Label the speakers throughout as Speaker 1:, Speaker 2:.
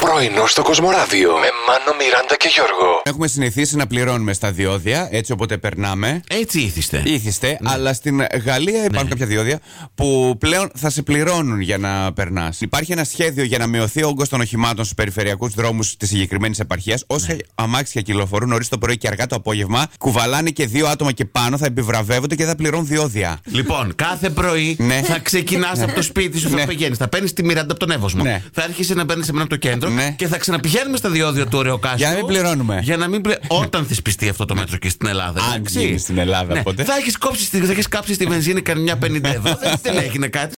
Speaker 1: Πρωινό στο Κοσμοράδιο με Μάνο, Μιράντα και Γιώργο.
Speaker 2: Έχουμε συνηθίσει να πληρώνουμε στα διόδια, έτσι όποτε περνάμε.
Speaker 3: Έτσι ήθιστε.
Speaker 2: Ήθιστε, αλλά στην Γαλλία υπάρχουν κάποια διόδια που πλέον θα σε πληρώνουν για να περνάς. Υπάρχει ένα σχέδιο για να μειωθεί ο όγκος των οχημάτων στους περιφερειακούς δρόμους της συγκεκριμένης επαρχίας. Όσα αμάξια κυκλοφορούν νωρίς το πρωί και αργά το απόγευμα, κουβαλάνε και δύο άτομα και πάνω, θα επιβραβεύονται και θα πληρώνουν διόδια.
Speaker 3: Λοιπόν, κάθε πρωί
Speaker 2: Ναι.
Speaker 3: θα ξεκινάς από το σπίτι σου,
Speaker 2: Ναι.
Speaker 3: θα πηγαίνεις. Θα παίρνεις τη Μιράντα από τον Εύωσμο.
Speaker 2: Ναι.
Speaker 3: Θα έρχεσαι να παίρνει εμένα από το κέντρο
Speaker 2: Ναι.
Speaker 3: και θα ξαναπηγαίνουμε στα διόδια του Ωρεοκάστρου.
Speaker 2: Για να μην πληρώνουμε.
Speaker 3: Για να μην πλη- Όταν θυσπιστεί αυτό το μέτρο και στην Ελλάδα.
Speaker 2: Αν
Speaker 3: εντάξει.
Speaker 2: γίνει στην Ελλάδα, οπότε.
Speaker 3: Ναι. Θα έχεις κόψει, στη- θα έχεις κάψει στη βενζίνη κανένα 50 ευρώ. δεν, δεν έγινε κάτι.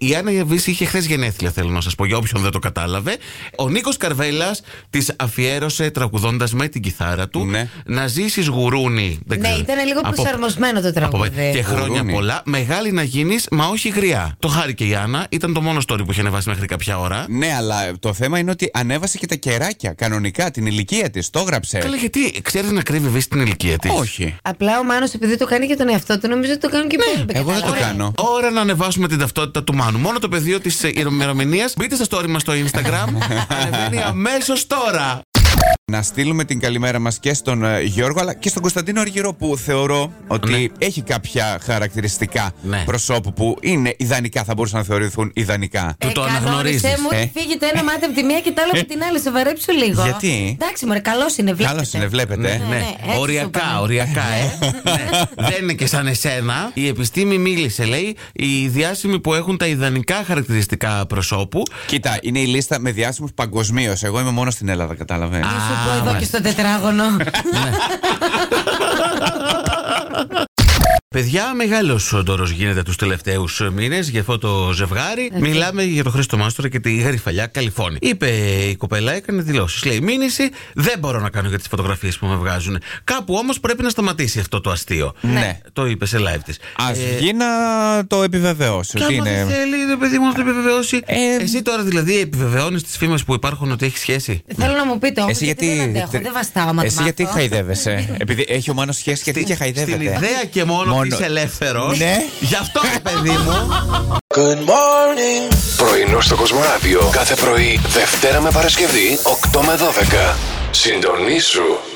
Speaker 3: Η Άννα Ιαβίση είχε χθες γενέθλια, θέλω να σας πω, για όποιον δεν το κατάλαβε. Ο Νίκος Καρβέλας της αφιέρωσε τραγουδώντας με την κιθάρα του.
Speaker 2: Ναι.
Speaker 3: Να ζήσεις γουρούνι. Δεν
Speaker 4: Ναι,
Speaker 3: ξέρω.
Speaker 4: ήταν λίγο
Speaker 3: Από-
Speaker 4: προσαρμοσμένο το
Speaker 3: από- Και
Speaker 4: τραγούδι.
Speaker 3: χρόνια
Speaker 2: Γουρούνι.
Speaker 3: πολλά, μεγάλη να γίνεις, μα όχι γριά. Το χάρηκε η Άννα, ήταν το μόνο story που είχε ανεβάσει μέχρι κάποια ώρα.
Speaker 2: Ναι, αλλά το θέμα είναι ότι ανέβασε και τα κεράκια κανονικά, την ηλικία της. Το έγραψε.
Speaker 3: Καλά, γιατί ξέρεις να κρύβει βίση την ηλικία της.
Speaker 2: Όχι.
Speaker 4: Απλά ο Μάνος επειδή το κάνει για τον εαυτό του, νομίζω ότι το κάνουν και οι υπόλοιποι.
Speaker 2: Ναι, Εγώ δεν το
Speaker 4: Κατάλαβα.
Speaker 2: κάνω.
Speaker 3: Ώρα να ανεβάσουμε την ταυτότητα του Μάνου. Μόνο το πεδίο της ημερομηνίας. Μπείτε στα story μας στο Instagram. Ανεβαίνει αμέσως τώρα.
Speaker 2: Να στείλουμε την καλημέρα μας και στον ε, Γιώργο αλλά και στον Κωνσταντίνο Αργυρό που θεωρώ ότι έχει κάποια χαρακτηριστικά
Speaker 3: Ναι.
Speaker 2: προσώπου που είναι ιδανικά, θα μπορούσαν να θεωρηθούν ιδανικά.
Speaker 3: Του το
Speaker 4: κανόνισε
Speaker 3: αναγνωρίζεις,
Speaker 4: μου,
Speaker 2: ε.
Speaker 4: ότι φύγει το ένα μάτι από τη μία και το άλλο από την άλλη. Σοβαρέψου λίγο.
Speaker 2: Γιατί?
Speaker 4: Εντάξει, μωρέ, καλός είναι, βλέπετε.
Speaker 2: Καλώ είναι, βλέπετε.
Speaker 4: Ναι, ναι, έτσι το
Speaker 3: Οριακά,
Speaker 4: πάμε.
Speaker 3: οριακά, ε. Ναι. Δεν είναι και σαν εσένα. Η επιστήμη μίλησε, λέει, οι διάσημοι που έχουν τα ιδανικά χαρακτηριστικά προσώπου.
Speaker 2: Κοίτα, είναι η λίστα με διάσημους παγκοσμίως. Εγώ είμαι μόνο στην Ελλάδα, κατάλαβε.
Speaker 4: Να σου πω εδώ και στο τετράγωνο.
Speaker 2: Ναι.
Speaker 3: Παιδιά, μεγάλος ντόρος γίνεται τους τελευταίους μήνες για αυτό το ζευγάρι. Μιλάμε για τον Χρήστο Μάστορα και τη Γρυφαλιά Καλιφώνη. Είπε η κοπέλα, έκανε δηλώσεις. Λέει: Μήνυση δεν μπορώ να κάνω για τις φωτογραφίες που με βγάζουν. Κάπου όμως πρέπει να σταματήσει αυτό το αστείο. Ε,
Speaker 2: Ναι.
Speaker 3: Το είπε σε live της.
Speaker 2: Ας βγει να το επιβεβαιώσει.
Speaker 3: ε, Και
Speaker 2: Ότι
Speaker 3: άμα
Speaker 2: είναι.
Speaker 3: δεν θέλει, ρε παιδί μου, να το επιβεβαιώσει.
Speaker 2: Ε,
Speaker 3: Εσύ τώρα δηλαδή επιβεβαιώνεις τις φήμες που υπάρχουν ότι έχεις σχέση.
Speaker 2: Ε,
Speaker 4: Θέλω να μου πείτε όμως.
Speaker 2: Εσύ γιατί.
Speaker 4: Δεν αντέχω, δεν βαστάω άμα το
Speaker 2: Εσύ γιατί
Speaker 4: μάθω.
Speaker 2: χαϊδεύεσαι. Επειδή έχει ο Μάνος σχέση γιατί και χαϊδεύεται.
Speaker 3: Στην ιδέα και μόνο,
Speaker 2: ε, Μόνο.
Speaker 3: μόνο... είσαι ελεύθερος.
Speaker 2: Ναι.
Speaker 3: Γι' αυτό, ρε παιδί μου.
Speaker 1: Πρωινό στο Κοσμοράδιο κάθε πρωί, Δευτέρα με Παρασκευή, 8 με 12. Συντονίσου